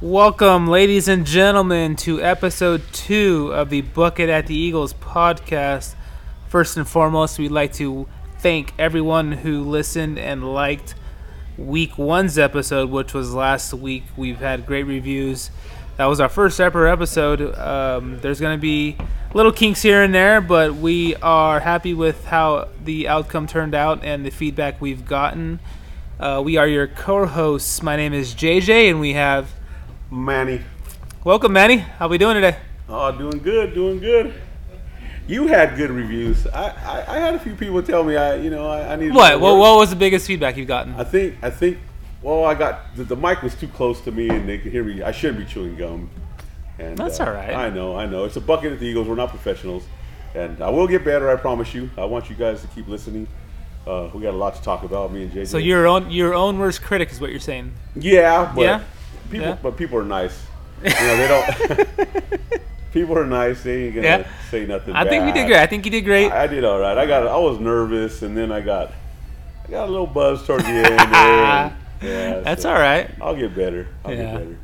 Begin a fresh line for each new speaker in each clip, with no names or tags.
Welcome, ladies and gentlemen, to episode two of the Bucket at the Eagles podcast. First and foremost, we'd like to thank everyone who listened and liked week one's episode, which was last week. We've had great reviews. That was our first separate episode. Um, there's going to be little kinks here and there, but we are happy with how the outcome turned out and the feedback we've gotten. Uh, we are your co-hosts. My name is JJ, and we have
Manny.
Welcome, Manny. How we doing today?
Oh, doing good, doing good. You had good reviews. I, I, I had a few people tell me I you know I, I needed
What?
more
What,
work.
what was the biggest feedback you've gotten?
I think I think well I got the, the mic was too close to me and they could hear me. I should be chewing gum. And uh,
That's all right.
I know I know it's a bucket at the Eagles. We're not professionals, and I will get better. I promise you. I want you guys to keep listening. Uh, we got a lot to talk about. Me and JJ.
So your own your own worst critic is what you're saying.
Yeah, but
Yeah?
people,
Yeah.
but people are nice. You know, they don't. people are nice. They ain't gonna
Yeah.
say nothing.
I think we did
bad.
great. I think you did great.
I, I did all right. I got. I was nervous, and then I got. I got a little buzz toward the end. there, and- yeah,
That's
so
all right.
I'll get better. I'll
Yeah.
get better.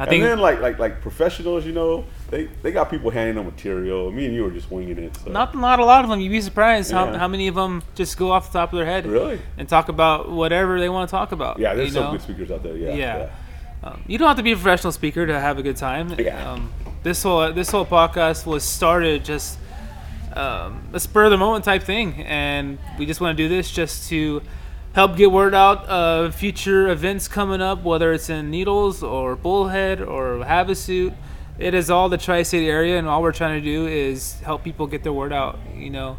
I
and then
think
like like like professionals, you know, they they got people handing them material. Me and you were just winging it. So.
not not a lot of them. You'd be surprised how,
Yeah.
how many of them just go off the top of their head
really.
and talk about whatever they want to talk about.
Yeah, there's
you
some
know?
good speakers out there. Yeah,
Yeah. Um, you don't have to be a professional speaker to have a good time.
Yeah.
Um, this whole this whole podcast was started just um, a spur of the moment type thing, and we just want to do this just to help get word out of future events coming up, whether it's in Needles or Bullhead or Havasu. It is all the tri-state area, and all we're trying to do is help people get their word out. You know,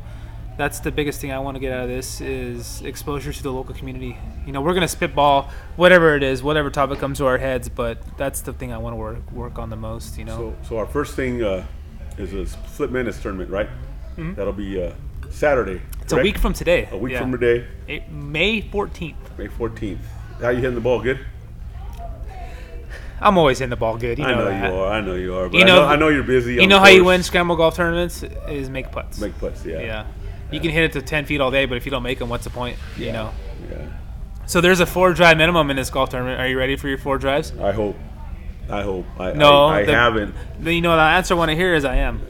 that's the biggest thing I want to get out of this is exposure to the local community. You know, we're gonna spitball whatever it is, whatever topic comes to our heads, but that's the thing I want to work work on the most. You know,
So, so our first thing uh, is a Flip Menace tournament, right? That'll be uh, Saturday.
Mm-hmm. it's a week from today.
a week
Yeah.
from today,
It- May fourteenth.
May 14th. How you hitting the ball? Good.
I'm always in the ball good. You know,
I know
that.
you are. I know you are. But
You
I,
know-
know, I know you're busy.
You
on
know
the
how you
course.
win scramble golf tournaments is make putts.
Make putts. Yeah.
yeah. You can hit it to 10 feet all day, but if you don't make them, what's the point? You
Yeah.
know.
Yeah.
So there's a four drive minimum in this golf tournament. Are you ready for your four drives?
I hope. I hope. I,
No,
I, I
the-
haven't.
Then you know the answer I want to hear is I am.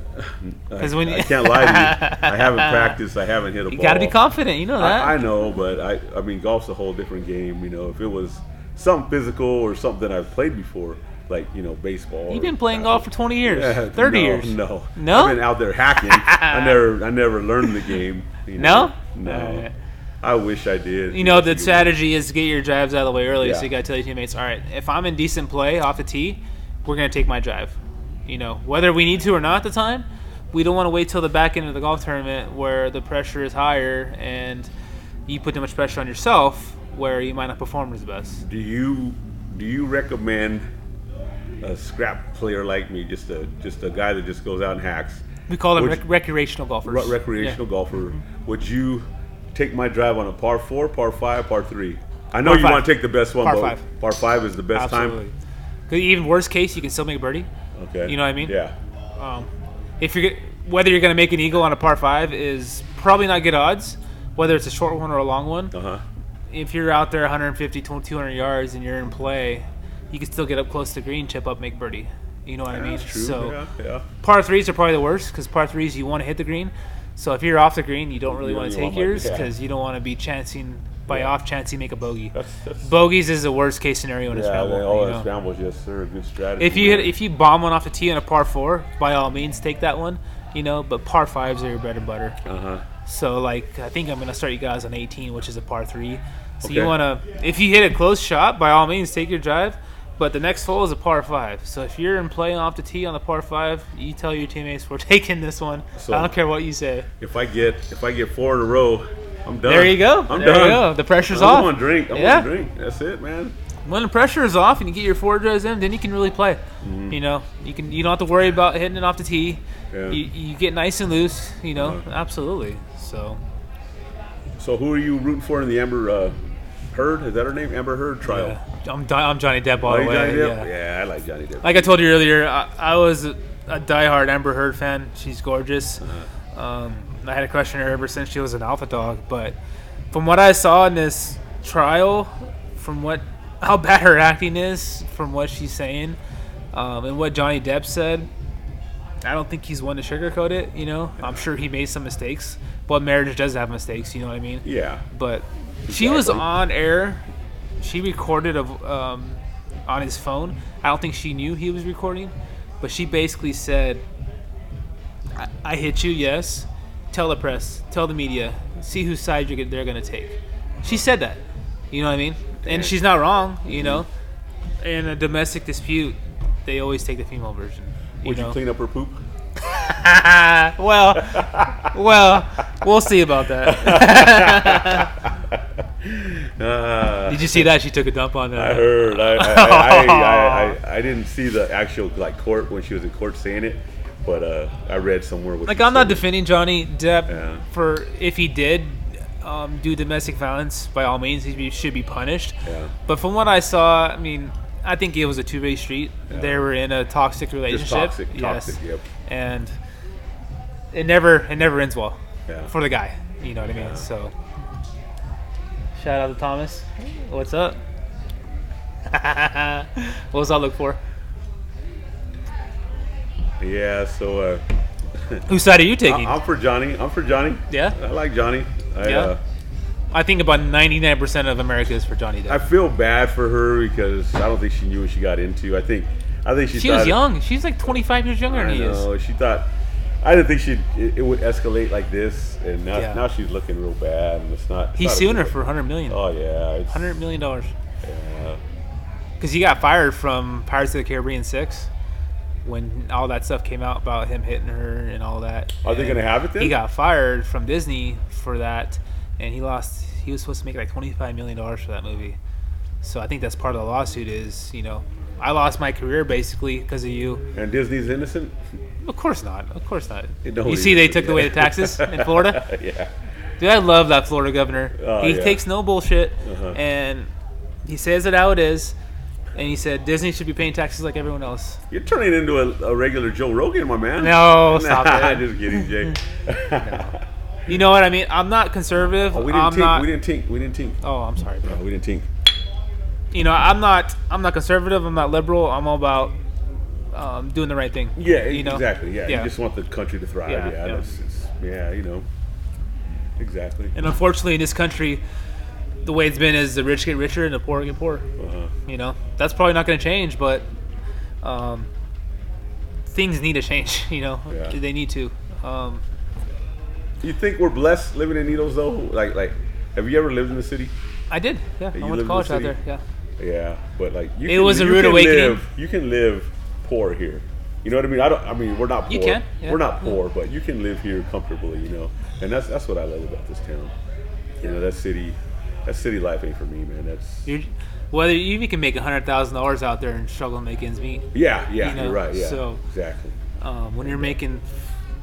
Because
'Cause when
I
you-
can't lie to you. I haven't practiced. I haven't hit a
You
ball.
got to be confident. You know that.
I, I know, but I, I mean, golf's a whole different game. You know, if it was something physical or something that I've played before, like you know, baseball.
You've
or
been playing golf for
basketball.
20 years,
Yeah,
30
no,
years.
No,
No?
I've been out there hacking. I never, I never learned the game. you
No?
know. no.
Alright.
I wish I did.
You know, the
See,
strategy is to get your drives out of the way early, so
Yeah.
you gotta tell your teammates, all right, if I'm in decent play off the tee, we're gonna take my drive. You know, whether we need to or not at the time, we don't want to wait till the back end of the golf tournament where the pressure is higher and you put too much pressure on yourself where you might not perform as best.
Do you do you recommend a scrap player like me, just a just a guy that just goes out and hacks,
We call them
Would
rec- recreational golfers.
re- recreational golfer?
Mm-hmm.
Would you take my drive on a par four, par five, par three? I know
Par
you
five.
want to take the best one,
Par
but
five.
par five is the
Yeah,
best
absolutely. 'Cause Even worst case, you can still make a birdie.
time. Okay,
You know what I mean?
Yeah,
Um, if you're g- whether you're going to make an eagle on a par five is probably not good odds, whether it's a short one or a long one.
uh huh.
If you're out there 150, 200 yards and you're in play, you can still get up close to green, chip up, make birdie. You know what I mean?
That's true.
So
yeah, yeah.
par threes are probably the worst because par threes you want to hit the green. So if you're off the green, you don't really
You
want to
really
take
want my-
yours
yeah.
because you don't want to be chancing by off chance you make a bogey.
That's, that's
Bogeys is the worst case scenario in a
yeah.
scramble.
they- All
you
that
know?
scrambles, yes, sir. Good strategy.
If you hit,
man.
if you bomb one off the tee on a par four, by all means take that one. You know, but par fives are your bread and butter.
uh-huh.
So like, I think I'm gonna start you guys on 18, which is a par three. So you
Okay.
wanna, if you hit a close shot, by all means take your drive. But the next hole is a par five. So if you're in play off the tee on the par five, you tell your teammates we're taking this one.
So-
I don't care what you say.
If I get if I get four in a row, I'm done.
There you go.
I'm
there
done.
you go. The pressure's
I'm
off.
going to drink. I'm
Yeah.
going to drink. That's it, man.
when the pressure is off and you get your four drives in, then you can really play. You know, you can you don't have to worry about hitting it off the tee.
Mm-hmm. Yeah. Uh-huh.
You, you get nice and loose. You know, absolutely. So
So who are you rooting for in the Amber uh, Heard? Is that her name? Amber Heard trial.
yeah. I'm Di- I'm Johnny Depp all
Like
the way.
Oh, Johnny
yeah.
Depp? I like Johnny Depp.
Like I told you earlier, I, I was a, a diehard Amber Heard fan. She's gorgeous. Um, I had a question on her ever since she was an alpha dog. But from what I saw in this trial, from what how bad her acting is from what she's saying, um, and what Johnny Depp said. I don't think he's one to sugarcoat it. You know, I'm sure he made some mistakes, but marriage does have mistakes. You know what I mean?
Yeah.
But she was
Exactly.
on air. She recorded of um, on his phone. I don't think she knew he was recording, but she basically said, I, "I hit you, yes. Tell the press, tell the media, see whose side you're g- they're gonna take." She said that. You know what I mean?
Damn.
And she's not wrong.
Mm-hmm.
You know, in a domestic dispute, they always take the female version. You
Would you,
know?
clean up her poop?
well, well, we'll see about that.
Uh,
Did you see that she took a dump on uh,
I
that?
heard. I I, I, I, I I didn't see the actual like court when she was in court saying it, but uh, I read somewhere. What
Like
she
I'm not
said.
defending Johnny Depp
Yeah.
for if he did um, do domestic violence. By all means, he be- should be punished.
Yeah.
But from what I saw, I mean, I think it was a two-way street. They were in a toxic relationship.
toxic,
yes.
toxic, yep.
And it never it never ends well
Yeah.
for the guy. You know what I mean? So shout out to Thomas. What's up? what was I look for?
Yeah. So uh,
Whose side are you
I,
taking?
Uh, I'm for Johnny. I'm for Johnny.
yeah.
I like Johnny. I,
Yeah.
Uh,
I think about 99% of America is for Johnny Depp.
I feel bad for her because I don't think she knew what she got into. I think, I think she.
she was
thought-
young. She's like 25 years younger
I
than he is.
know. She thought. I didn't think she it, it would escalate like this, and now,
Yeah.
now she's looking real bad, and it's not. it's
He's
not a
suing her
good-
for 100 million.
Oh yeah, it's,
100 million dollars.
yeah.
Because he got fired from Pirates of the Caribbean 6 when all that stuff came out about him hitting her and all that.
Are they
And
gonna have it then?
He got fired from Disney for that, and he lost. He was supposed to make like 25 million dollars for that movie. So I think that's part of the lawsuit. Is you know, I lost my career basically because of you.
And Disney's innocent.
Of course not. Of course not.
It don't
you see,
even-
they took away
yeah.
the taxes in Florida.
yeah.
Dude, I love that Florida governor.
Oh,
he
yeah.
takes no bullshit,
Uh-huh.
and he says it how it is. And he said Disney should be paying taxes like everyone else.
You're turning into a, a regular Joe Rogan, my man.
No, stop
Nah,
it.
just kidding, Jay.
You know what I mean? I'm not conservative.
Oh, we didn't
I'm
tink.
not.
We didn't tink. We didn't tink.
oh, I'm sorry, bro.
No, we didn't tink.
You know, I'm not. I'm not conservative. I'm not liberal. I'm all about um, doing the right thing.
Yeah,
you know?
exactly. Yeah,
yeah.
you just want the country to thrive. Yeah,
Yeah,
yeah,
yeah.
It's, it's, yeah you know, exactly.
And unfortunately, in this country, the way it's been is the rich get richer and the poor get poorer.
Uh-huh.
You know, that's probably not going to change, but um, things need to change. You know,
Yeah.
they need to. Um,
You think we're blessed living in Needles though? Like, like, have you ever lived in the city?
I did. Yeah,
you
I went
live in
to
the
college out
city?
there. Yeah,
Yeah, but like, you
It was a
you
rude awakening.
Live, you can live poor here. You know what I mean? I don't. I mean, we're not poor.
You can, yeah.
We're not poor, but you can live here comfortably. You know, and that's that's what I love about this town. You know, that city, that city life ain't for me, man. That's
You're, whether you can make hundred thousand dollars out there and struggle to make ends meet,
yeah, yeah.
you
You
know,
are right. Yeah,
so-
exactly.
um, when you're making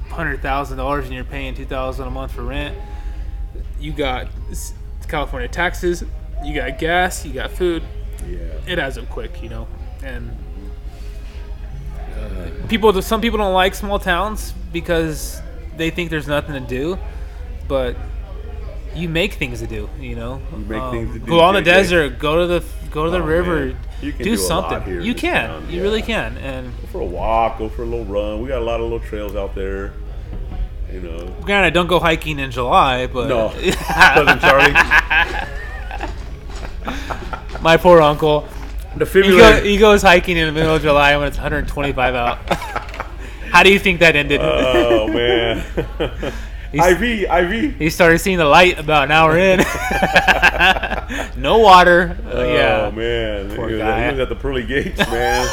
hundred thousand dollars and you're paying two thousand a month for rent, you got s- California taxes, you got gas, you got food.
Yeah.
It adds up quick, you know, and people. Some people don't like small towns because they think there's nothing to do, but you make things to do. You know, you
make things to do,
Go on the
JJ.
desert. Go to the go to the
Oh,
river.
man. You can do
do
a lot
something.
here in
you
this
can.
town,
You
yeah.
really can. And
for a walk, go for a little run. We got a lot of little trails out there. You know.
granted, don't go hiking in July, but
No. Cousin Charlie.
my poor uncle. He, go,
Defibrillator.
he goes hiking in the middle of July when it's 125 out. How do you think that ended?
Oh man. IV, IV.
he started seeing the light about an hour in. no water. Uh, yeah.
Oh man.
Poor
he, was At,
guy.
he was at the pearly gates, man.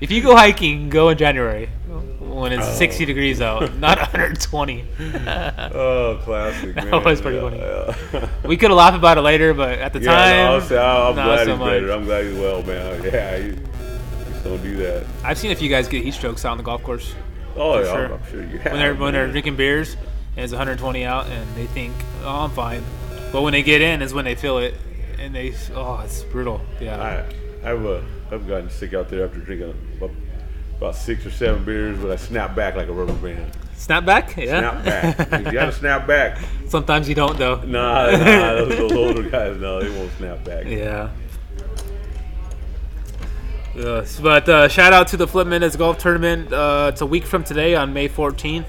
If you go hiking, go in January when it's 60 degrees out, not 120.
oh, classic. That man.
was pretty funny.
funny.
We could have laughed about it later, but at the
Yeah,
time,
no, I'm, sa- I'm
not so
glad he's
much.
better. I'm glad he's well, man. Yeah, he, just don't do that.
I've seen a few guys get heat strokes out on the golf course
Oh, yeah,
sure.
I'm, I'm sure you have.
when they're when they're
man.
drinking beers and it's 120 out, and they think, "Oh, I'm fine," but when they get in, is when they feel it, and they, oh, it's brutal. Yeah.
I, I've uh, I've gotten sick out there after drinking about, about six or seven beers, but I snap back like a rubber band.
Snapback? Yeah.
Snap back. you gotta snap back.
Sometimes you don't though.
Nah, nah, those, those older guys, no, they won't snap back.
Yeah. Yes, but uh, shout out to the Flip Minutes Golf Tournament. Uh, it's a week from today on May 14th.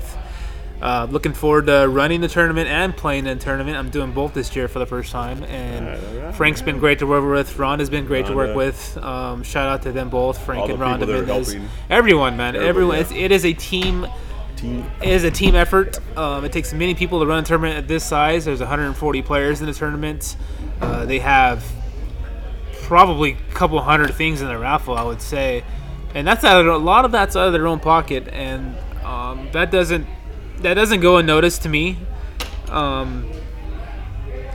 Uh, looking forward to running the tournament and playing in the tournament. I'm doing both this year for the first time. And
Alright, alright,
Frank's been great to work with. Ron has been great to work
Rhonda.
with. Um, shout out to them both, Frank
uh, All the
and Ron
people that are
Dominguez.
helping.
Everyone, man.
Everybody,
Everyone.
yeah.
It's, it is a team.
Team.
It is a team effort. Um, it takes many people to run a tournament at this size. There's 140 players in the tournament. Uh, they have probably a couple hundred things in the raffle, I would say, and that's out of, a lot of that's out of their own pocket, and um, that doesn't that doesn't go unnoticed to me. Um,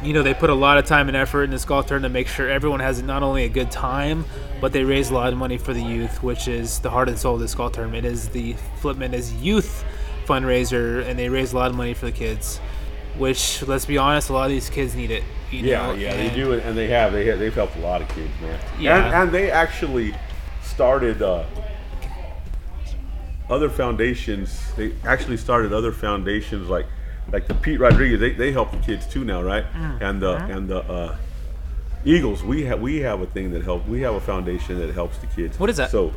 you know, they put a lot of time and effort in this golf tournament to make sure everyone has not only a good time, but they raise a lot of money for the youth, which is the heart and soul of this golf tournament. It is the Flipman is youth fundraiser, and they raise a lot of money for the kids, which let's be honest, a lot of these kids need it. you
Yeah,
know,
yeah, they
and-
do, and they have. They have, they've helped a lot of kids, man.
Yeah.
And, and they actually started uh, other foundations. They actually started other foundations like like the Pete Rodriguez. They, they help the kids too now, right?
Mm,
And the and the uh, Eagles. We have we have a thing that help. We have a foundation that helps the kids.
What is that?
So.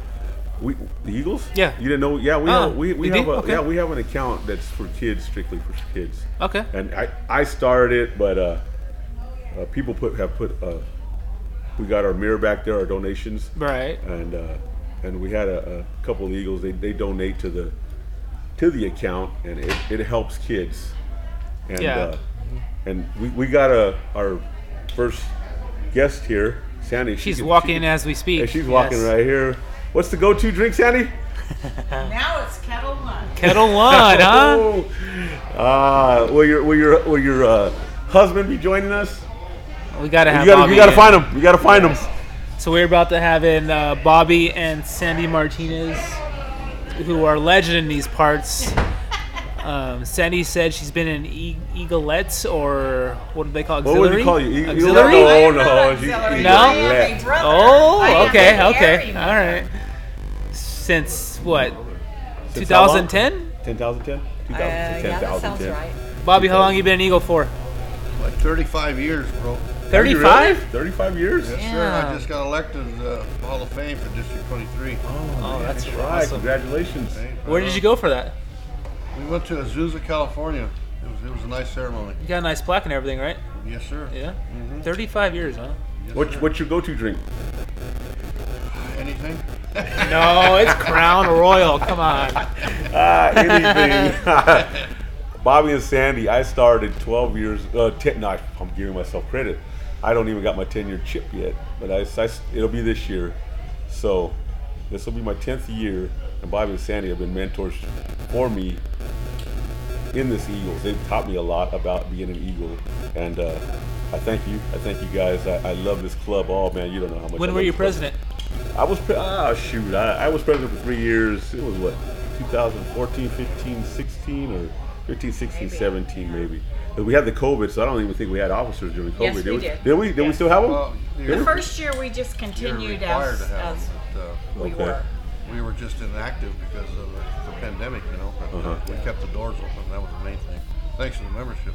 We, the Eagles?
Yeah.
You didn't know? Yeah, we
Oh,
have, we, we
you do?
have a,
Okay.
yeah we have an account that's for kids, strictly for kids
Okay.
and I, I started it, but uh, uh, people put have put uh, we got our mirror back there, our donations,
Right.
and uh, and we had a, a couple of eagles. They, they donate to the to the account, and it, it helps kids. And,
Yeah.
Uh, and we, we got a our first guest here, Sandy. she
She's
can- she
walking
can-
as we speak.
and she's walking
Yes.
right here. What's the go-to drink, Sandy?
Now it's kettle one.
Kettle one, huh?
Oh. Uh, will your will your will your uh, husband be joining us?
We gotta have.
You gotta,
Bobby
you gotta
in.
find him. You gotta find him.
So we're about to have in uh, Bobby and Sandy Martinez, who are legend in these parts. Um, Sandy said she's been in e- eaglets or what do they call?
What would you
auxiliary?
call you? You- you don't
Auxiliary?
know. Oh,
I am not
no,
auxiliary.
you-
I
you
got
am
left.
a brother. I am
Oh,
a
okay, okay,
dairy
all right. Since what?
Since how long?
2010.
10,010? 2000,
Uh, yeah, that
10,010.
sounds right.
Bobby, how long you been an eagle for?
Like 35 years, bro.
Have you really?
35.
35 years?
Yes, sir.
Yeah.
I just got elected uh, Hall of Fame for District 23.
Oh, that's
Right,
awesome.
congratulations.
Okay.
Where did you go for that?
We went to Azusa, California. It was, it was a nice ceremony.
You got a nice plaque and everything, right?
Yes, sir.
Yeah.
Mm-hmm.
35 years, huh?
Yes,
What,
sir.
what's your go-to drink?
Anything?
No, it's Crown Royal. Come on.
Uh, anything. Bobby and Sandy, I started 12 years, uh, 10, no, I'm giving myself credit. I don't even got my 10 year chip yet, but I, I- it'll be this year. So this will be my 10th year, and Bobby and Sandy have been mentors for me in this Eagles. They've taught me a lot about being an Eagle, and uh, I thank you. I thank you guys. I, I love this club. Oh, man, you don't know how much. I
When
love
were you
this club.
president?
I was pre- ah shoot, I, I was president for three years. It was what 2014, 15, 16, or 15, 16, 17 maybe. 'Cause we had the COVID, so I don't even think we had officers during COVID.
Yes, we
did we?
did.
we? Did we
Yes.
still have them?
Well, you-
Did
The
we?
first year we just
You're
continued
required
as,
to have
as
them. but,
we
Okay.
were.
uh, we were just inactive because of the, the pandemic, you know. But uh,
Uh-huh.
we kept the doors open. That was the main thing. Thanks to the membership.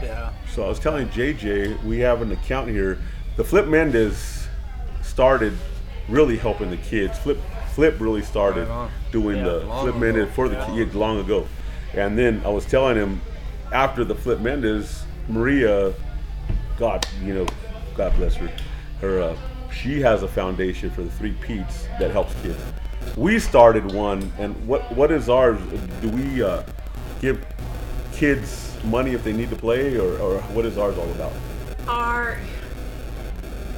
Yeah.
So I was telling JJ, we have an account here. The Flip Mendez started really helping the kids. Flip Flip really started
Right on.
doing
Yeah,
the
long
Flip
ago.
Mendez for the
Yeah.
kids long ago. And then I was telling him after the Flip Mendez, Maria, God, you know, God bless her, her uh, she has a foundation for the three Pete's that helps kids. We started one, and what what is ours? Do we uh, give kids money if they need to play, or, or what is ours all about?
Our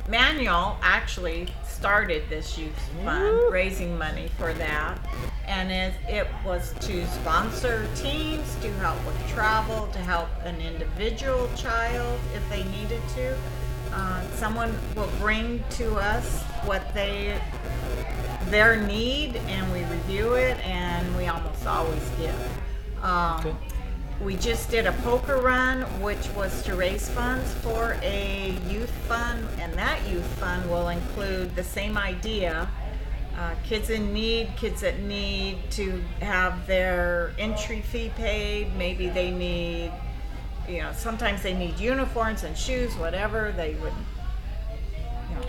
manual actually started this youth fund, raising money for that. And it, it was to sponsor teams, to help with travel, to help an individual child if they needed to. Uh, someone will bring to us what they their need and we review it and we almost always give. Um, We just did a poker run, which was to raise funds for a youth fund, and that youth fund will include the same idea uh, kids in need, kids that need to have their entry fee paid. Maybe they need, you know, sometimes they need uniforms and shoes, whatever. They would, you know,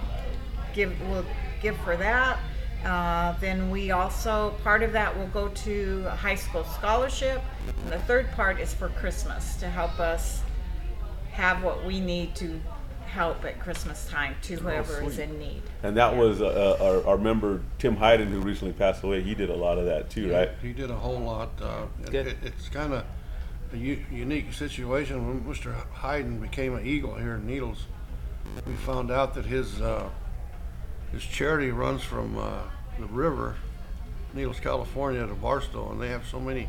give will give for that. Uh, then we also part of that will go to a high school scholarship, and the third part is for Christmas to help us have what we need to help at Christmas time
Oh,
to whoever is in need.
And that was uh, uh, our, our member Tim Hyden, who recently passed away. He did a lot of that too, right?
He did a whole lot. Uh, it,
Good.
it- it's kind of a u- unique situation when Mr. Hayden became an Eagle here in Needles. We found out that his uh, his charity runs from uh, the river, Needles, California, to Barstow, and they have so many.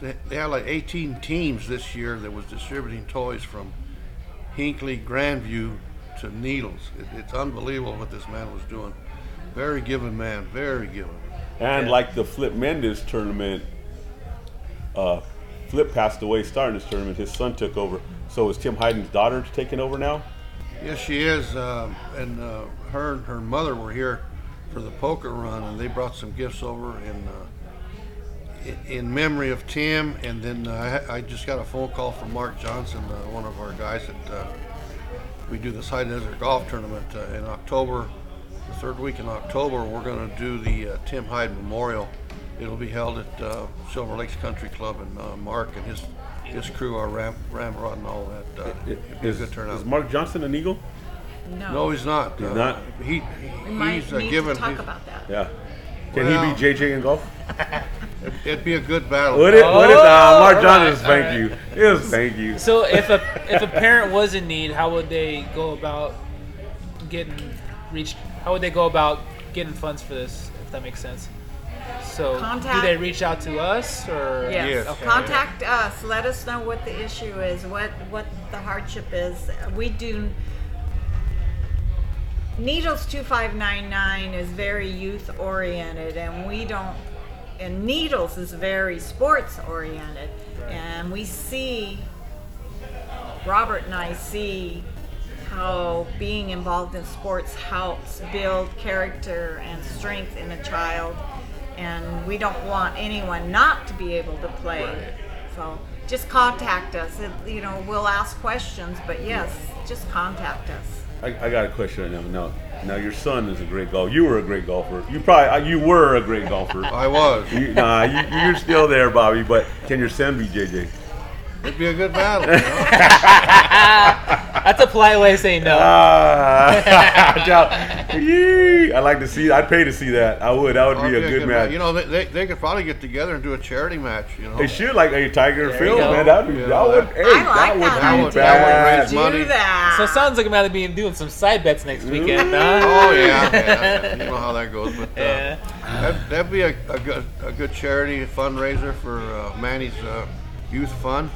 They had like 18 teams this year that was distributing toys from Hinkley, Grandview to Needles. It, it's unbelievable what this man was doing. Very giving man, very giving.
And like the Flip Mendes tournament, uh, Flip passed away starting this tournament. His son took over. So is Tim Hyden's daughter taking over now?
Yes, she is. Um, and uh, her and her mother were here for the poker run, and they brought some gifts over in uh, i- in memory of Tim. And then uh, I, I just got a phone call from Mark Johnson, uh, one of our guys that uh, we do this high desert golf tournament uh, in October. The third week in October, we're going to do the uh, Tim Hyde Memorial. It'll be held at uh, Silver Lakes Country Club, and uh, Mark and his his crew are ram- ramrod and all that. Uh, it'll be a
Is,
good turnout.
is Mark Johnson an Eagle?
No, he's not. He's
not?
He,
We might
he's uh,
need
given.
to talk
he's-
about that.
Yeah. Can
Well-
he be JJ in golf?
It'd be a good battle.
What it? What it? Uh,
Oh,
Mark
all
Johnson.
right, all
Thank you. Yes, thank you.
So if a if a parent was in need, how would they go about getting reach? How would they go about getting funds for this? If that makes sense. So do
Contact-
they reach out to us or?
Yes.
Yes.
Okay.
Contact us. Let us know what the issue is, what what the hardship is. We do. Needles 2599 is very youth oriented, and we don't. And Needles is very sports oriented, and we see. Robert and I see how being involved in sports helps build character and strength in a child and we don't want anyone not to be able to play so just contact us It- you know we'll ask questions but yes just contact us
I, I got a question right now. Now, now your son is a great golfer. You were a great golfer. You probably uh, you were a great golfer.
I was.
You- nah, you, you're still there, Bobby. But can your son be JJ?
It'd be a good battle. you know?
That's a polite way of saying no.
Ah, Chow. Yee. I'd like to see. I'd pay to see that. I would. That would
It'd
be a good, match.
You know, they, they, they could probably get together and do a charity match. You know,
they should like a Tiger and
you
Phil,
go.
man. That would be.
Yeah.
That would. Hey,
I like
that would be
that
idea. That
bad. Oh,
would raise money.
do that
So it sounds like I'm gonna be doing some side bets next weekend. huh?
Oh yeah, yeah, you know how that goes. But uh,
Yeah.
that, that'd be a, a good a good charity fundraiser for uh, Manny's uh, youth fund.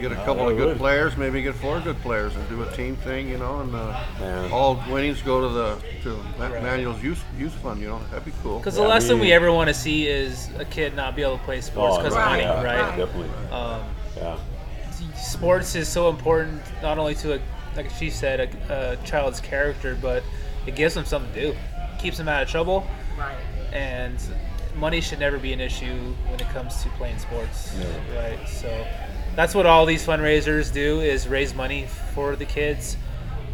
Get a couple
that
of good
would.
players, maybe get four good players, and do a team thing. You know, and uh,
Yeah.
all winnings go to the to Ma- Manuel's youth youth fund. You know, that'd be cool.
Because
Yeah,
the last thing
we-
we ever want to see is a kid not be able to play sports because
no,
of money,
yeah,
right?
Definitely.
Um,
Yeah.
sports is so important not only to a, like she said a, a child's character but it gives them something to do keeps them out of trouble
right
and money should never be an issue when it comes to playing sports right so that's what all these fundraisers do is raise money for the kids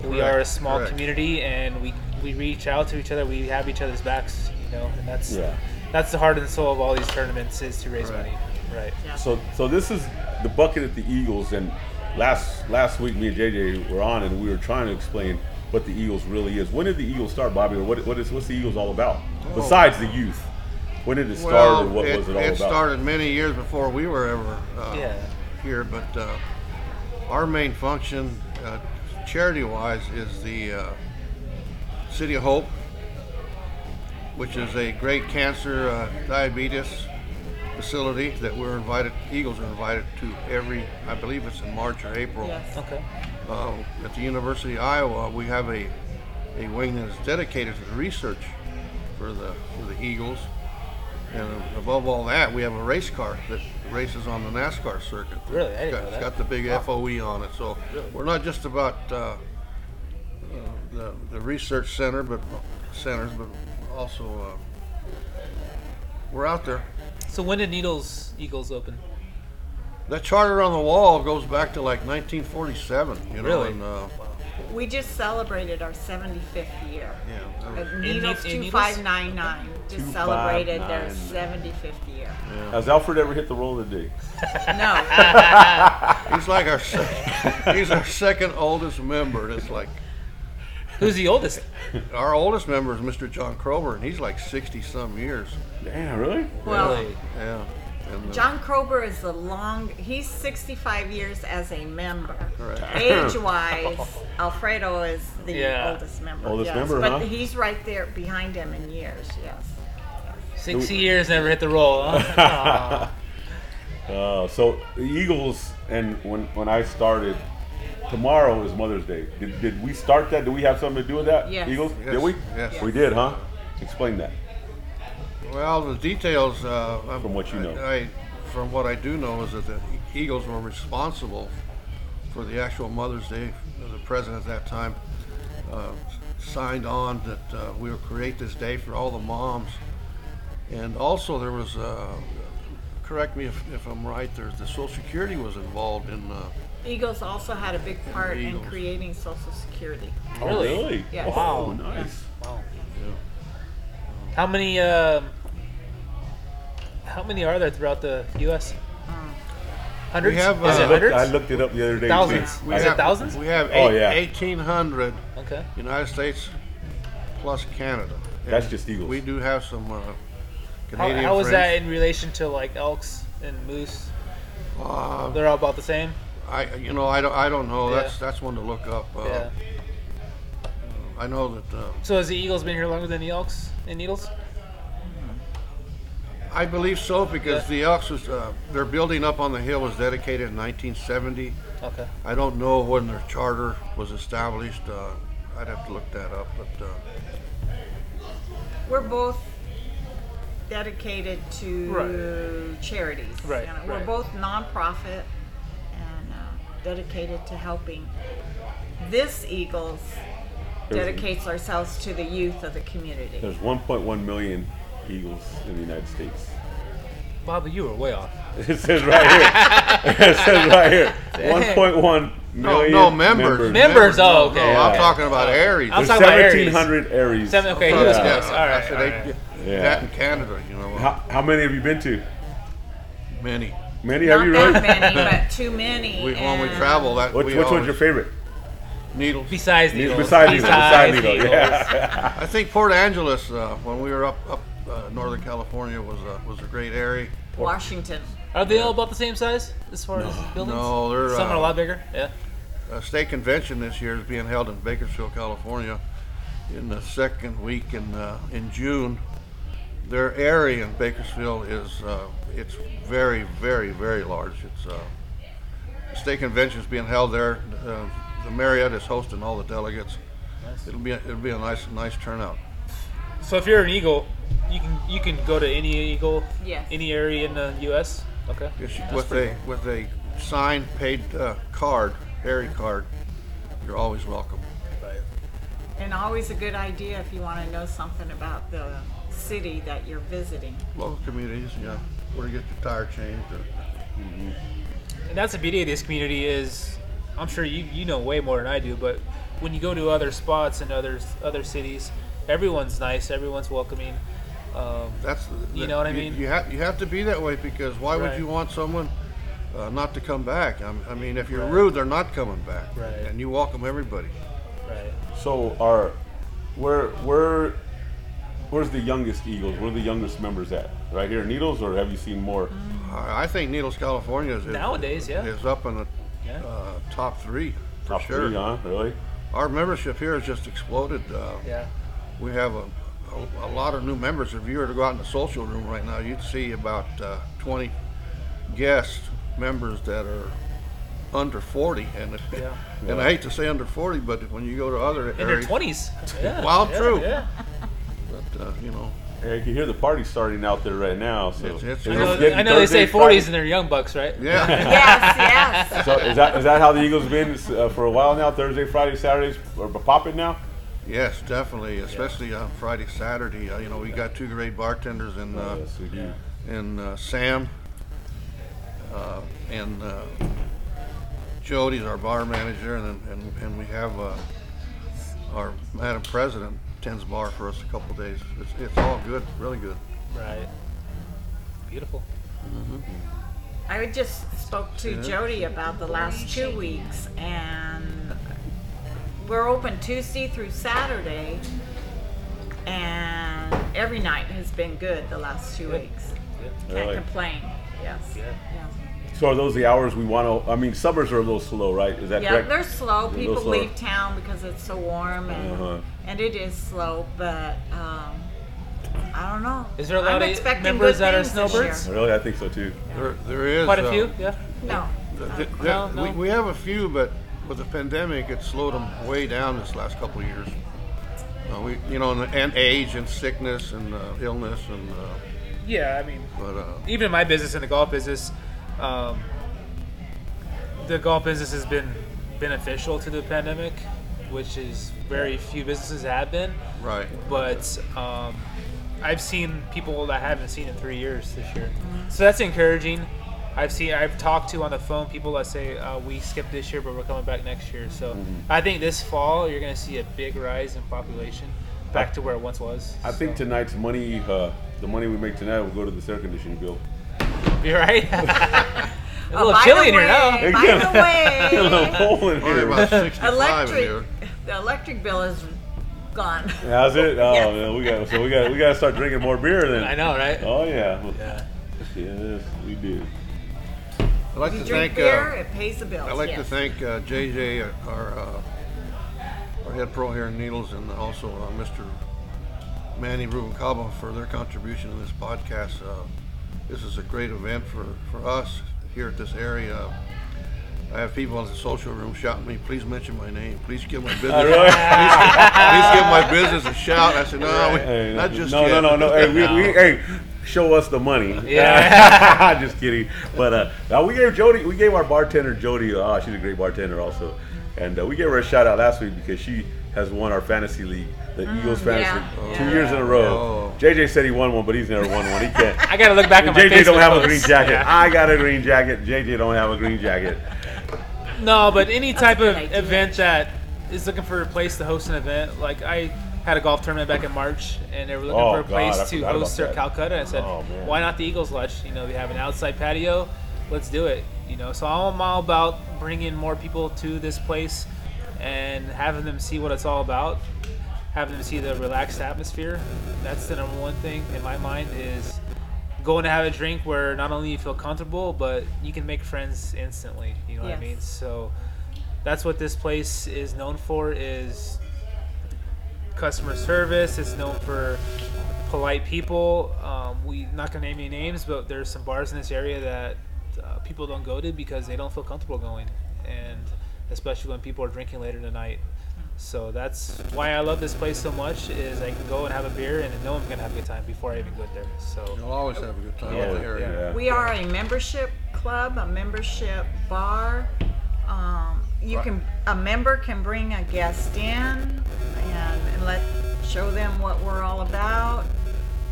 we are a
Correct,
small
correct.
community and we we reach out to each other we have each other's backs you know and that's
Yeah.
that's the heart and soul of all these tournaments is to raise
Right.
money right
So so this is the bucket at the Eagles and last last week me and JJ were on and we were trying to explain what the Eagles really is. When did the Eagles start, Bobby? Or what what is what's the Eagles all about? Besides the youth. When did it start or what
it,
was it all
it
about?
started many years before we were ever uh,
Yeah.
here, but uh, our main function, uh, charity-wise, is the uh, City of Hope, which is a great cancer uh, diabetes facility that we're invited. Eagles are invited to every, I believe it's in March or April
yes
okay
uh, at the University of Iowa, we have a, a wing that is dedicated to the research for the for the Eagles, and above all that, we have a race car that races on the NASCAR circuit.
Really? I didn't
It's got,
know
it's
that.
got the big FOE on it, so we're not just about uh, uh, the the research center, but centers, but also uh, We're out there.
So when did Needles Eagles open?
That charter on the wall goes back to like 1947, you know.
Really?
And, uh,
We just celebrated our 75th year.
yeah, that was-
Of Needles
in Needles?
2599 just celebrated their 75th year.
Has Alfred ever hit the roll of the day?
No,
he's like our se- he's our second oldest member. It's like
Who's the oldest?
our oldest member is Mr. John Krober, and he's like 60 some years.
Damn, really?
well,
Really?
Yeah. And, uh,
John Krober is the long, he's 65 years as a member.
Correct.
Age wise, Alfredo is the
Yeah.
oldest member.
Oldest
yes.
member,
But
huh?
he's right there behind him in years, yes.
Six years never hit the roll. Huh?
Uh, so the Eagles, and when when I started, tomorrow is Mother's Day. Did, did we start that? Did we have something to do with that?
Yes.
Eagles?
Yes,
Did we?
yes.
We did, huh? Explain that.
Well, the details. Uh, I'm-
From what you know.
I, I- from what I do know is that the Eagles were responsible for the actual Mother's Day. uh, The president at that time uh, signed on that uh, we will create this day for all the moms. And also, there was. Uh, correct me if, if I'm right. There's the Social Security was involved in. Uh,
Eagles also had a big part in
Eagles.
creating Social Security.
Really?
Yes.
Oh,
Wow.
nice.
How many? Um, how many are there throughout the U.S.? Hmm. Hundreds?
We have,
Is it
uh,
I looked,
hundreds?
I looked it up the other day. too.
Thousands.
we
Is it
have-
thousands?
We have
Oh,
eight-
yeah.
1,800
okay.
United States plus Canada.
That's
And
just Eagles.
We do have some uh,
How,
Canadian
how is that
friends.
in relation to like elks and moose?
Uh,
They're all about the same.
I, you know, I don't, I don't know.
Yeah.
That's that's one to look up. Uh,
Yeah.
I know that. Uh,
So has the Eagles been here longer than the elks and needles?
I believe so because
Yeah.
the Elks was uh, their building up on the hill was dedicated in 1970.
Okay.
I don't know when their charter was established. Uh, I'd have to look that up. But uh,
We're both dedicated to charities.
Right,
You know, We're
right.
both nonprofit and uh, dedicated to helping. This Eagles dedicates ourselves to the youth of the community.
There's 1.1 million Eagles in the United States.
Bobby, you were way off.
It says right here. it says right here.
Dang.
1.1
no,
million
no members.
Members, oh,
No,
okay,
no, I'm
okay.
talking about Aries.
I'm
There's
talking about Aries.
1,700 Aries.
Seven- okay, he
Yeah,
was
yeah,
close. All
I
right.
said
all
eight-
right.
Yeah.
That in Canada, you know,
How, how many have you been to?
many.
Many have
Not
you
that
really?
many, but too many.
We, when we
and-
travel, that
Which,
we
which one's
always-
your favorite?
Needles.
Besides needles.
Beside Needles, beside Needles,
Needles.
yeah.
I think Port Angeles, uh, when we were up up uh, Northern California, was a was a great area.
Washington.
Are they all about the same size as far as buildings?
No, they're,
some
uh,
are a lot bigger. Yeah.
A state convention this year is being held in Bakersfield, California, in the second week in uh, in June. Their area in Bakersfield is uh, it's very very very large. It's uh, the state convention is being held there. Uh, the Marriott is hosting all the delegates. It'll be a, it'll be a nice nice turnout.
So if you're an eagle, you can you can go to any eagle,
Yes.
any area in the U.S. Okay.
Yes, you-
That's
with
pretty
a with a signed paid uh, card, Harry card, you're always welcome.
And always a good idea if you want to know something about the city that you're visiting.
Local communities, you know, where you get your tire changed. Or,
And that's the beauty of this community is, I'm sure you, you know way more than I do, but when you go to other spots and other other cities, everyone's nice, everyone's welcoming. Um,
that's
You know what I mean?
You have you have to be that way because why would
Right.
you want someone uh, not to come back? I, I mean, if you're rude, they're not coming back.
Right.
And you welcome everybody.
right.
So are where where where's the youngest Eagles? Where are the youngest members at? Right here in Needles, or have you seen more?
Mm,
I, I think Needles, California is
Nowadays, yeah.
is up in the
Yeah.
uh, top three. For
Top
sure.
three, huh? Really?
Our membership here has just exploded. Uh,
Yeah.
We have a, a, a lot of new members. If you were to go out in the social room right now, you'd see about uh, 20 guest members that are under 40. And it-
Yeah.
and I hate to say under 40, but when you go to other
In their
areas,
20s. Yeah,
Wow,
yeah,
true.
Yeah.
but, uh, you know,
Hey, you can hear the party starting out there right now. So
It's- it's-
Is
I
this
know,
getting
I know they say
Thursday,
40s
Friday?
and they're young bucks, right?
yeah,
Yes, yes.
So is that is that how the Eagles have been uh, for a while now? Thursday, Friday, Saturdays, or popping now?
Yes, definitely, especially on Friday, Saturday. Uh, you know, we got two great bartenders in uh,
Oh, Yes, we do.
and uh, Sam uh, and uh, Jody's our bar manager, and and, and we have uh, our Madam President tends bar for us a couple days. It's, it's all good, really good.
Right. Beautiful.
I would just spoke to Jody about the last two weeks, and we're open Tuesday through Saturday, and every night has been good the last two weeks. Can't
Really?
complain. Yes.
Yeah.
Yeah.
So are those the hours we want to? I mean, summers are a little slow, right? Is that
Yeah,
correct?
they're slow.
They're a
People
little slower.
leave town because it's so warm, and
Uh-huh.
and it is slow. But um, I don't know.
Is there a
I'm
lot of
expecting
members
good
that are
things this year.
snowbirds?
Really, I think so too.
There, there is
Quite a
uh,
few. Yeah.
No.
th- th-
No, no.
We, we have a few, but with the pandemic, it slowed them way down this last couple of years. Uh, we, you know, and, and age and sickness and uh, illness and uh,
Yeah. I mean,
but uh,
even in my business, in the golf business, um, the golf business has been beneficial to the pandemic, which is very few businesses have been.
right.
But um, I've seen people that I haven't seen in three years this year, so that's encouraging. I've seen, I've talked to on the phone people that say uh, we skipped this year, but we're coming back next year. So
Mm-hmm.
I think this fall you're going to see a big rise in population back to where it once was.
I think
so.
tonight's money, uh, the money we make tonight, will go to this air conditioning bill.
You're right. a
Oh,
little
by
chilly
the
in here
way,
now.
By
Get a little
the way,
hole in
Only
here.
about 65 in
electric.
here.
The electric bill is gone.
How's it? Oh,
Yes.
man, we got so we got we got to start drinking more beer then.
I know, right?
Oh yeah.
Yeah.
Yes, we do.
I'd like
You
to
drink
thank.
beer,
uh,
it pays the bills.
I'd like to
yes.
thank uh, JJ, our, uh, our head pro here in Needles, and also uh, Mr. Manny Rubalcaba for their contribution to this podcast. Uh, this is a great event for, for us here at this area. I have people in the social room shouting me, please mention my name. Please give my business.
Oh, Really?
please give my business a shout. I said, no, we-
Hey,
not just
no, no,
yet."
no, no. Hey, we, we hey, show us the money.
Yeah.
just kidding. But uh, now we gave Jody, we gave our bartender Jody. Uh, she's a great bartender also, and uh, we gave her a shout out last week because she has won our fantasy league, the
Mm,
Eagles fantasy,
yeah.
league,
Oh.
two years in a row.
Oh.
JJ said he won one, but he's never won one. He can't.
I gotta look back at my
JJ don't
Facebook
have a
posts.
green jacket.
Yeah.
I got a green jacket. JJ don't have a green jacket.
No, but any type
good
of
idea.
event that is looking for a place to host an event, like I had a golf tournament back in March, and they were looking
Oh,
for a
God,
place
I
to
forgot
host
about
their
that.
Calcutta. I said,
Oh, man.
why not the Eagles Lodge? You know, we have an outside patio. Let's do it. You know, so I'm all about bringing more people to this place and having them see what it's all about, having them see the relaxed atmosphere. That's the number one thing in my mind is going to have a drink where not only you feel comfortable, but you can make friends instantly. You know what I
Yes.
mean? So that's what this place is known for is customer service. It's known for polite people. Um, we not gonna name any names, but there's some bars in this area that uh, people don't go to because they don't feel comfortable going, and especially when people are drinking later tonight. So that's why I love this place so much. Is I can go and have a beer, and I know I'm gonna have a good time before I even go there. So
You'll always have a good time
Yeah,
with the area.
Oh, yeah.
We are a membership club, a membership bar. Um, you can a member can bring a guest in and, and let show them what we're all about.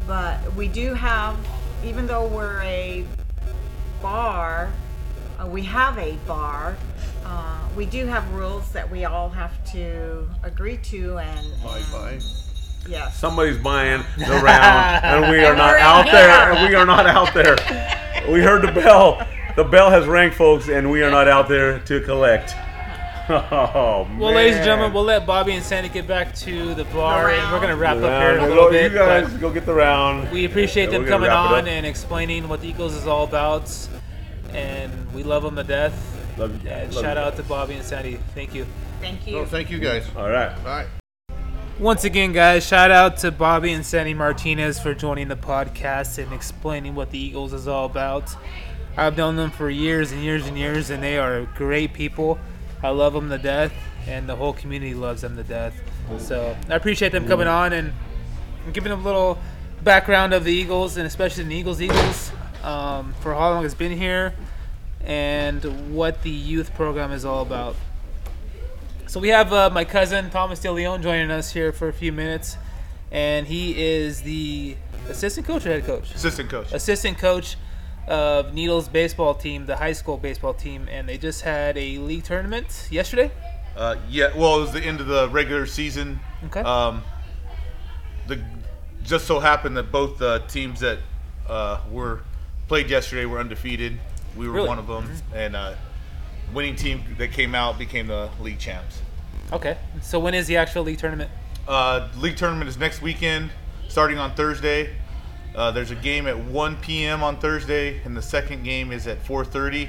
But we do have, even though we're a bar, uh, we have a bar. Uh, we do have rules that we all have to agree to, and
Bye bye.
yes,
Somebody's buying the round, and we are not
We're
out
in
there.
here.
And we are not out there. We heard the bell. The bell has rang, folks, and we are not out there to collect. Oh,
well, ladies and gentlemen, we'll let Bobby and Sandy get back to the bar, and we're gonna wrap up here in a little bit.
You guys
but-
go get the round.
We appreciate
Yeah,
them
we're
coming
gonna wrap it
on
up.
and explaining what the Eagles is all about, and we love them to death.
Love you guys.
And
Love
shout
you
out to
guys.
Bobby and Sandy. Thank you.
thank you.
No, thank you guys.
All right.
Bye.
Once again, guys, shout out to Bobby and Sandy Martinez for joining the podcast and explaining what the Eagles is all about. I've known them for years and years and years, and they are great people. I love them to death, and the whole community loves them to death. So I appreciate them coming on and giving them a little background of the Eagles, and especially the Eagles Eagles, um, for how long it's been here, and what the youth program is all about. So we have uh, my cousin Thomas De Leon joining us here for a few minutes, and he is the assistant coach or head coach?
Assistant coach.
assistant coach of Needles baseball team, the high school baseball team, and they just had a league tournament yesterday.
Uh, yeah, well, it was the end of the regular season.
Okay.
Um, the just so happened that both the teams that uh, were played yesterday were undefeated. We were
Really?
one of them, and uh, winning team that came out became the league champs.
Okay. So when is the actual league tournament?
Uh, league tournament is next weekend, starting on Thursday. Uh, there's a game at 1 p.m. on Thursday, and the second game is at 4:30.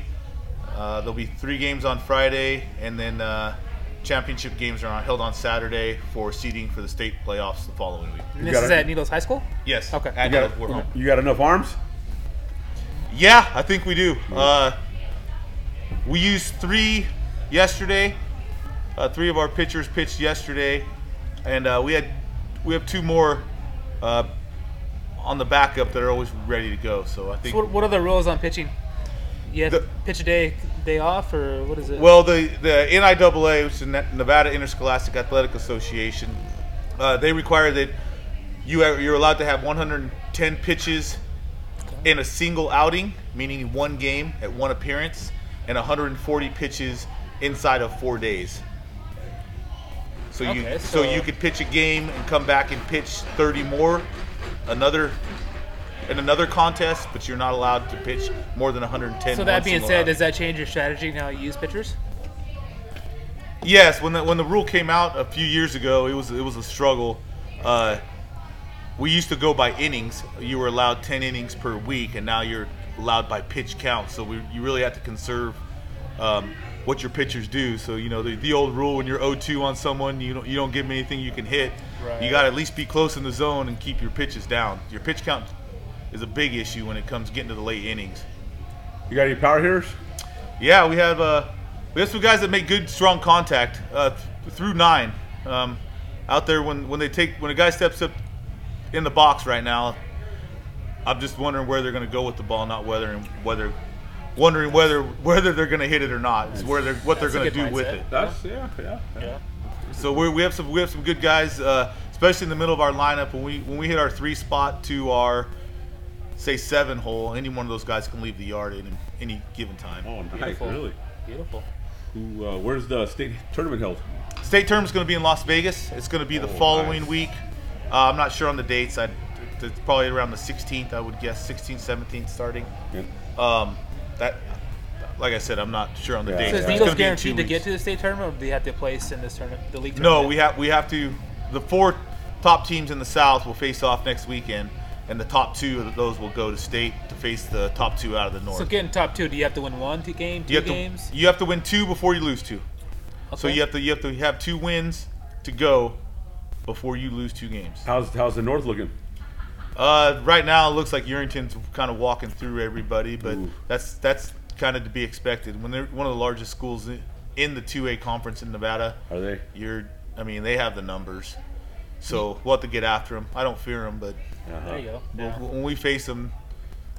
Uh, there'll be three games on Friday, and then uh, championship games are on, held on Saturday for seeding for the state playoffs the following week.
And
You
this
got
is
it.
at Needles High School.
Yes.
Okay.
At
You
North Warhol.
got, you got enough arms?
Yeah, I think we do. Uh, we used three yesterday. Uh, three of our pitchers pitched yesterday, and uh, we had we have two more uh, on the backup that are always ready to go. So I think.
So what, what are the rules on pitching? You have
The-
pitch a day day off, or what is it?
Well, the the NIAA, which is the Ne- Nevada Interscholastic Athletic Association, uh, they require that you are, you're allowed to have 110 pitches in a single outing, meaning one game at one appearance, and 140 pitches inside of four days. So you
Okay,
so,
so-
you could pitch a game and come back and pitch 30 more, another. In another contest, but you're not allowed to pitch more than 110. in
so
one
that being
single
said,
outing.
does that change your strategy now? You use pitchers.
Yes, when the when the rule came out a few years ago, it was it was a struggle. Uh, we used to go by innings. You were allowed ten innings per week, and now you're allowed by pitch count. So we, you really have to conserve um, what your pitchers do. So you know the, the old rule when you're 0-2 on someone, you don't you don't give them anything you can hit. You got to at least be close in the zone and keep your pitches down. Your pitch count is a big issue when it comes getting to the late innings.
You got any power hitters?
Yeah, we have uh, we have some guys that make good, strong contact uh, th- through nine. Um, out there when when they take when a guy steps up in the box right now, I'm just wondering where they're going to go with the ball, not whether and whether wondering whether whether they're going to hit it or not. It's where they're what they're going to
That's a
do
good
with
mindset.
it.
That's yeah, yeah.
So we we have some we have some good guys, uh, especially in the middle of our lineup. When we when we hit our three spot to our say seven hole, any one of those guys can leave the yard at any, any given time.
Oh, nice,
Beautiful.
really.
Beautiful.
Who? Uh, where's the state tournament held?
State tournament's going to be in Las Vegas. It's going to be the
Oh,
following
nice.
week. Uh, I'm not sure on the dates. I it's probably around the 16th. I would guess 16th, 17th starting.
Yeah.
Um, that, like I said, I'm not sure on the
Yeah, yeah.
dates.
So is
It's
Needles
gonna be in two
guaranteed to
weeks.
get to the state tournament, or do they have to place in this tournament, the league?
No,
Tournament?
we have we have to. The four top teams in the South will face off next weekend, and the top two of those will go to state to face the top two out of the North.
So getting top two, do you have to win one t- game, two
you have
games?
to you have to win two before you lose two. So
Okay.
you have to you have to have two wins to go before you lose two games.
How's how's the North looking?
Uh, right now, it looks like Urington's kind of walking through everybody, but
Ooh.
that's that's kind of to be expected. When they're one of the largest schools in- in the 2A conference in Nevada,
Are they?
you're I mean they have the numbers, so we'll have to get after them. I don't fear them, but
Uh-huh.
There you go.
we'll- when we face them,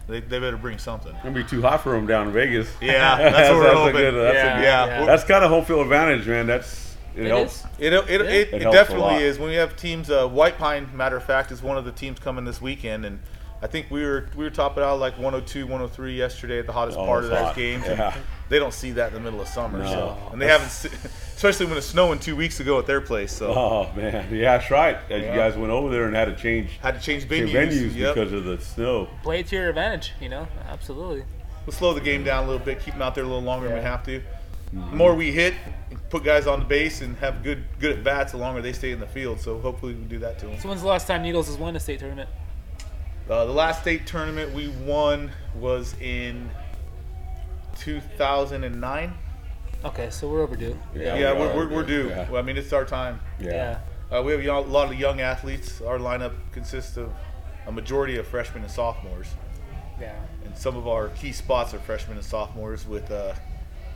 they, they better bring something.
Gonna be too hot for them down in Vegas.
Yeah, that's what we're
that's
hoping.
A good, that's
Yeah.
a good,
Yeah,
Yeah.
we're-
that's kind of home field advantage, man. That's it,
It
helps.
is?
It, it,
It
it, it
helps a lot.
definitely is. When we have teams, uh, White Pine, matter of fact, is one of the teams coming this weekend, and I think we were we were topping out like 102, 103 yesterday at the hottest
Oh,
part
it's
of those
hot.
games.
Yeah.
And they don't see that in the middle of summer,
No.
so and they haven't, se- especially when it's snowing two weeks ago at their place. So
Oh man, yeah, that's right. As you guys went over there and had to change
had to change
your
venues.
venues
Yep.
because of the snow.
Play it to your advantage, you know? Absolutely.
we'll slow the game down a little bit, keep them out there a little longer than we
Yeah.
have to.
Mm-hmm.
The more we hit, put guys on the base, and have good good at bats, the longer they stay in the field. So hopefully we can do that to them.
So when's the last time Needles has won a state tournament?
Uh, the last state tournament we won was in 2009.
Okay, so we're overdue.
Yeah.
Yeah,
we
we're,
are,
we're, we're
yeah.
due.
Yeah.
Well, I mean, it's our time.
Yeah.
Yeah.
Uh, we have a lot of young athletes. Our lineup consists of a majority of freshmen and sophomores,
Yeah.
and some of our key spots are freshmen and sophomores. With, uh,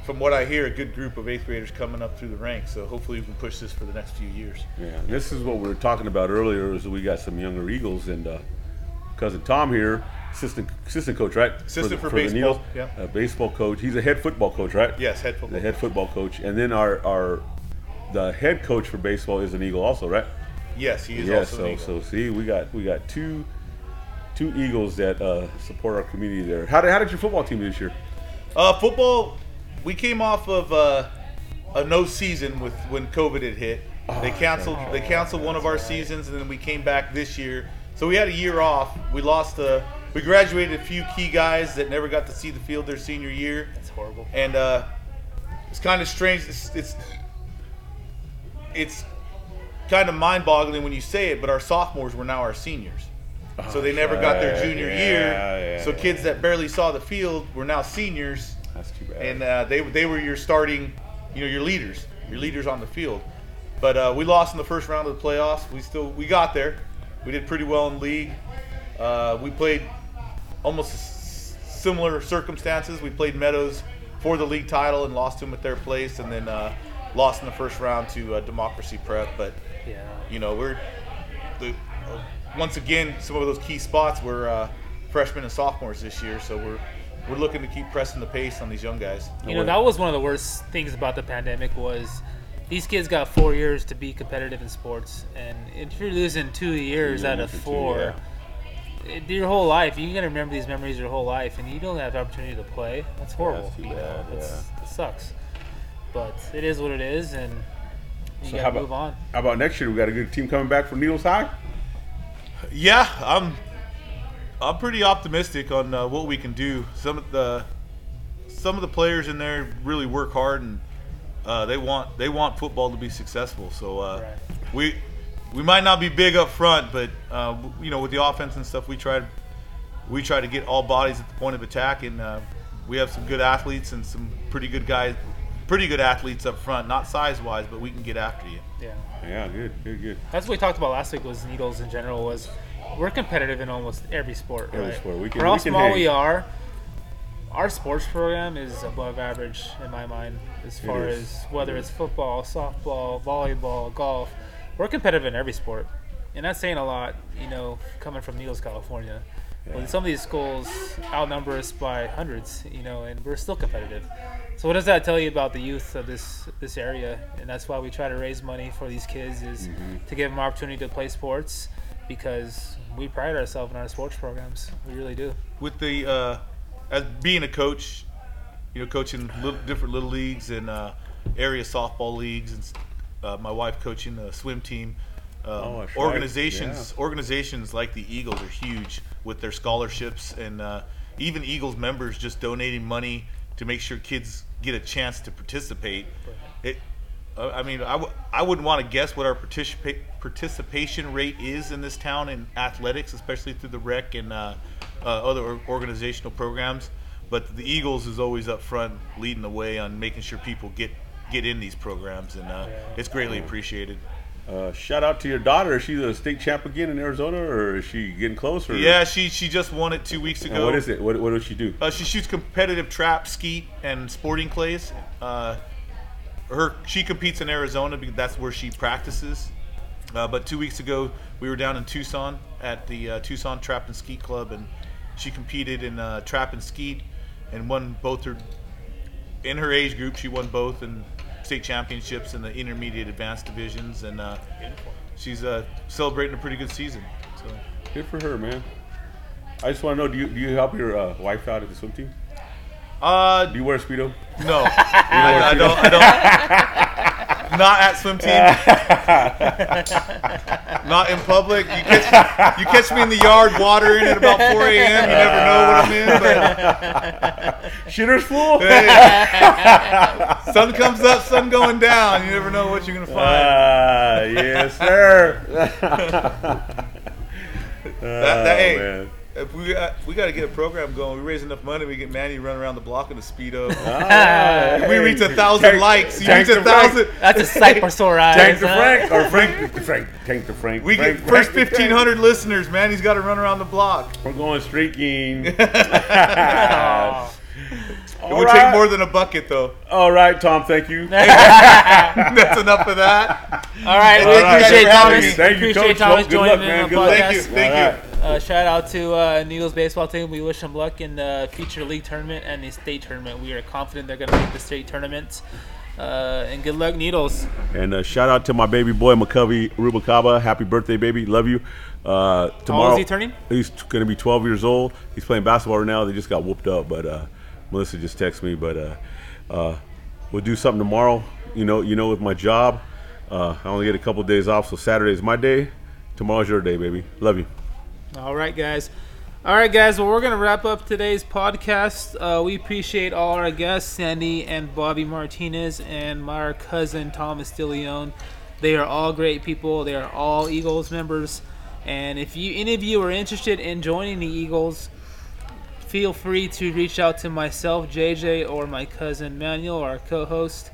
from what I hear, a good group of eighth graders coming up through the ranks. So hopefully we can push this for the next few years.
Yeah, and this is what we were talking about earlier. Is that we got some younger Eagles and uh, cousin Tom here, assistant assistant coach, right?
Assistant for
the
baseball,
Needles.
yeah.
Uh, baseball coach. He's a head football coach, right?
Yes, head football.
The head football coach, and then our our the head coach for baseball is an Eagle, also, right?
Yes, he is
yeah.
also
So
an Eagle.
so see, we got we got two two Eagles that uh, support our community there. How did how did your football team do this year?
Uh, football, we came off of uh, a no season with when COVID had hit. They canceled. They canceled one of our seasons, and then we came back this year. So we had a year off. We lost. Uh, we graduated a few key guys that never got to see the field their senior year,
It's horrible.
and uh, it's kind of strange. It's it's, it's kind of mind-boggling when you say it, but our sophomores were now our seniors. So they never got their
Oh, yeah,
junior
yeah,
year.
yeah,
so
yeah.
kids that barely saw the field were now seniors
That's too bad.
and uh, they they were your starting, you know, your leaders, your leaders on the field. But uh, we lost in the first round of the playoffs. We still we got there. We did pretty well in league. Uh, we played almost s- similar circumstances. We played Meadows for the league title and lost to him at their place, and then uh, lost in the first round to uh, Democracy Prep. But
Yeah.
you know, we're the, uh, once again some of those key spots were uh, freshmen and sophomores this year, so we're we're looking to keep pressing the pace on these young guys.
You know, that was one of the worst things about the pandemic was these kids got four years to be competitive in sports, and if you're losing two years out of
losing two,
four, it- your whole life you're gonna remember these memories your whole life, and you don't have the opportunity to play. That's horrible.
it's too
you know,
bad,
it's, it sucks. But it is what it is, and you
So how
gotta
about-
move on.
How about next year? We got a good team coming back from Needles High.
Yeah, I'm I'm pretty optimistic on uh, what we can do. Some of the some of the players in there really work hard and uh, they want they want football to be successful. So uh,
Right.
we we might not be big up front, but uh, w- you know with the offense and stuff, we try we try to get all bodies at the point of attack, and uh, we have some good athletes and some pretty good guys, pretty good athletes up front. Not size wise, but we can get after you.
Yeah,
Yeah, good, good, good.
that's what we talked about last week. Was needles in general was we're competitive in almost every sport.
Every
right?
sport. We can-
For how
we can
small
hang.
we are, our sports program is above average in my mind, as far
is.
as whether it's football, softball, volleyball, golf. We're competitive in every sport, and that's saying a lot. You know, coming from Needles, California, when some of these schools outnumber us by hundreds. You know, and we're still competitive. So what does that tell you about the youth of this this area? And that's why we try to raise money for these kids is
Mm-hmm.
to give them opportunity to play sports because we pride ourselves in our sports programs. We really do.
with the uh, as being a coach, you know, coaching little, different little leagues and uh, area softball leagues, and uh, my wife coaching the swim team. Um,
Oh, that's right.
organizations, organizations like the Eagles are huge with their scholarships and uh, even Eagles members just donating money to make sure kids get a chance to participate. It, I I mean, I, w- I wouldn't want to guess what our participa- participation rate is in this town in athletics, especially through the rec and uh, uh, other or- organizational programs. But the Eagles is always up front, leading the way on making sure people get get in these programs, and uh, it's greatly appreciated.
Uh, shout out to your daughter. Is she the state champ again in Arizona, or is she getting closer?
Yeah, she she just won it two weeks
And
ago.
what is it? What, what does she do?
Uh, she shoots competitive trap, skeet, and sporting clays. Uh, her she competes in Arizona because that's where she practices. Uh, but two weeks ago, we were down in Tucson at the uh, Tucson Trap and Skeet Club, and she competed in uh, trap and skeet and won both her in her age group. She won both in state championships in the intermediate advanced divisions, and uh, she's uh, celebrating a pretty good season. So.
Good for her, man. I just want to know: Do you do you help your uh, wife out at the swim team?
Uh,
Do you wear a speedo?
No, I, I don't. I don't. Not at swim team. Not in public. You catch, you catch me in the yard watering at about 4 a.m. You never know what I'm in, but
Shitter's full.
hey, sun comes up, sun going down. You never know what you're gonna find.
Ah, yes, sir.
That- that- hey,
man.
if we got, we got to get a program going. We raise enough money, we get Manny running around the block in a speedo.
Ah,
If we
hey,
reach a thousand
tank-
likes. You
tank
reach a
the Frank.
thousand.
That's a sight for sore eyes.
Tank to
huh?
Frank or Frank to Frank. Tank to Frank.
We
Frank,
get first
Frank to Frank.
1,500 listeners. Manny's got to run around the block.
We're going streaking.
Aw.
It would take more than a bucket, though.
All right, Tom. Thank you.
That's enough of that.
All right, we
All right.
appreciate
Thank you,
Thomas.
thank you,
appreciate
Coach.
Thomas
Good
joining
luck,
in
man.
on
Good
the
luck.
Thank you.
podcast.
Thank
All
you.
right.
Uh, shout out to uh, Needles baseball team. We wish them luck in the future league tournament and the state tournament. We are confident they're going to make the state tournament. Uh, and good luck, Needles.
And uh, shout out to my baby boy McCovey Rubacaba. Happy birthday, baby. Love you. Uh, tomorrow,
he turning?
He's going to be 12 years old. He's playing basketball right now. They just got whooped up, but uh, Melissa just texted me. But uh, uh, we'll do something tomorrow. You know, you know, with my job, uh, I only get a couple days off, so Saturday's my day. Tomorrow's your day, baby. Love you.
All right, guys. All right, guys. Well, we're going to wrap up today's podcast. Uh, we appreciate all our guests, Sandy and Bobby Martinez, and my cousin Thomas DeLeon. They are all great people. They are all Eagles members. And if you any of you are interested in joining the Eagles, feel free to reach out to myself, JJ, or my cousin Manuel, our co-host.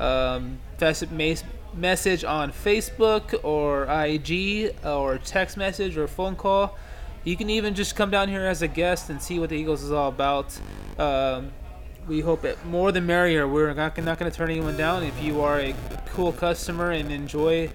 Um, mes- mes- message on Facebook or IG or text message or phone call. You can even just come down here as a guest and see what the Eagles is all about. Um, we hope it more the merrier. We're not, not going to turn anyone down. If you are a cool customer and enjoy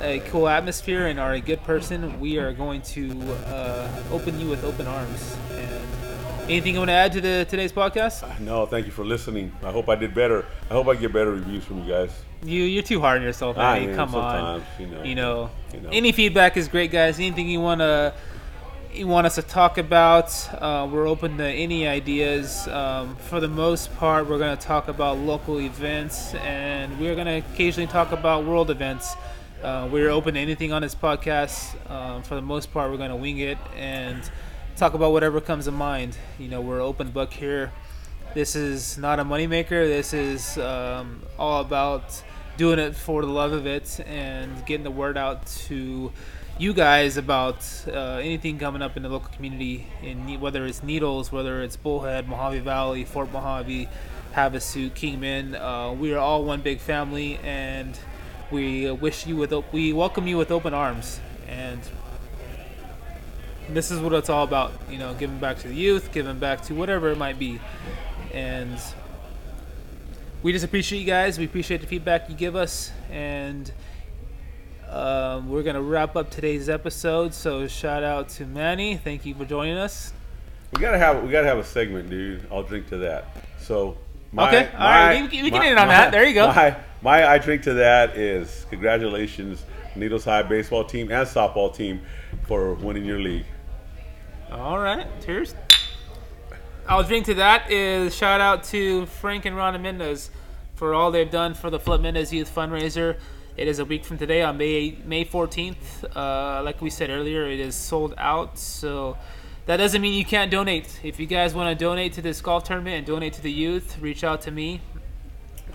a cool atmosphere and are a good person, we are going to uh, open you with open arms. And anything you want to add to the today's podcast?
No, thank you for listening. I hope I did better. I hope I get better reviews from you guys.
You you're too hard on yourself.
I
Eddie.
am
Come on.
sometimes, you know. You know.
any feedback is great, guys. Anything you wanna you want us to talk about, uh, we're open to any ideas. Um, for the most part, we're gonna talk about local events, and we're gonna occasionally talk about world events. Uh, we're open to anything on this podcast. Um, for the most part, we're gonna wing it and talk about whatever comes to mind. You know, we're open book here. This is not a moneymaker. This is um, all about doing it for the love of it and getting the word out to you guys about uh, anything coming up in the local community, in Ne- whether it's Needles, whether it's Bullhead, Mojave Valley, Fort Mojave, Havasu, Kingman. Uh, we are all one big family, and we wish you with op- we welcome you with open arms. And this is what it's all about you know giving back to the youth giving back to whatever it might be and we just appreciate you guys we appreciate the feedback you give us and um, we're gonna wrap up today's episode so shout out to manny thank you for joining us
We gotta have we gotta have a segment, dude. I'll drink to that. So my,
Okay, all right, we can- we can end it on that. There you go.
My, my I drink to that is congratulations, Needles High baseball team and softball team for winning your league.
all right cheers i'll drink to that is shout out to frank and ron Mendez for all they've done for the Flip Mendez Youth Fundraiser. It is a week from today on May May 14th. Uh, like we said earlier, it is sold out. So that doesn't mean you can't donate. If you guys want to donate to this golf tournament and donate to the youth, reach out to me.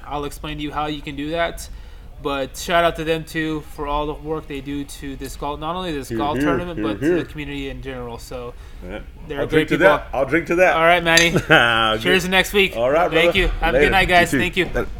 I'll explain to you how you can do that. But shout out to them too for all the work they do to this golf, not only this golf
here,
tournament,
here,
but
here.
to the community in general. So
Yeah.
They're
I'll
great
drink to
people.
that. I'll drink to that.
all right, Manny.
right.
Cheers to next week.
All right,
Thank
brother.
you. Have a
Later.
good night, guys.
too.
Thank you.
Later.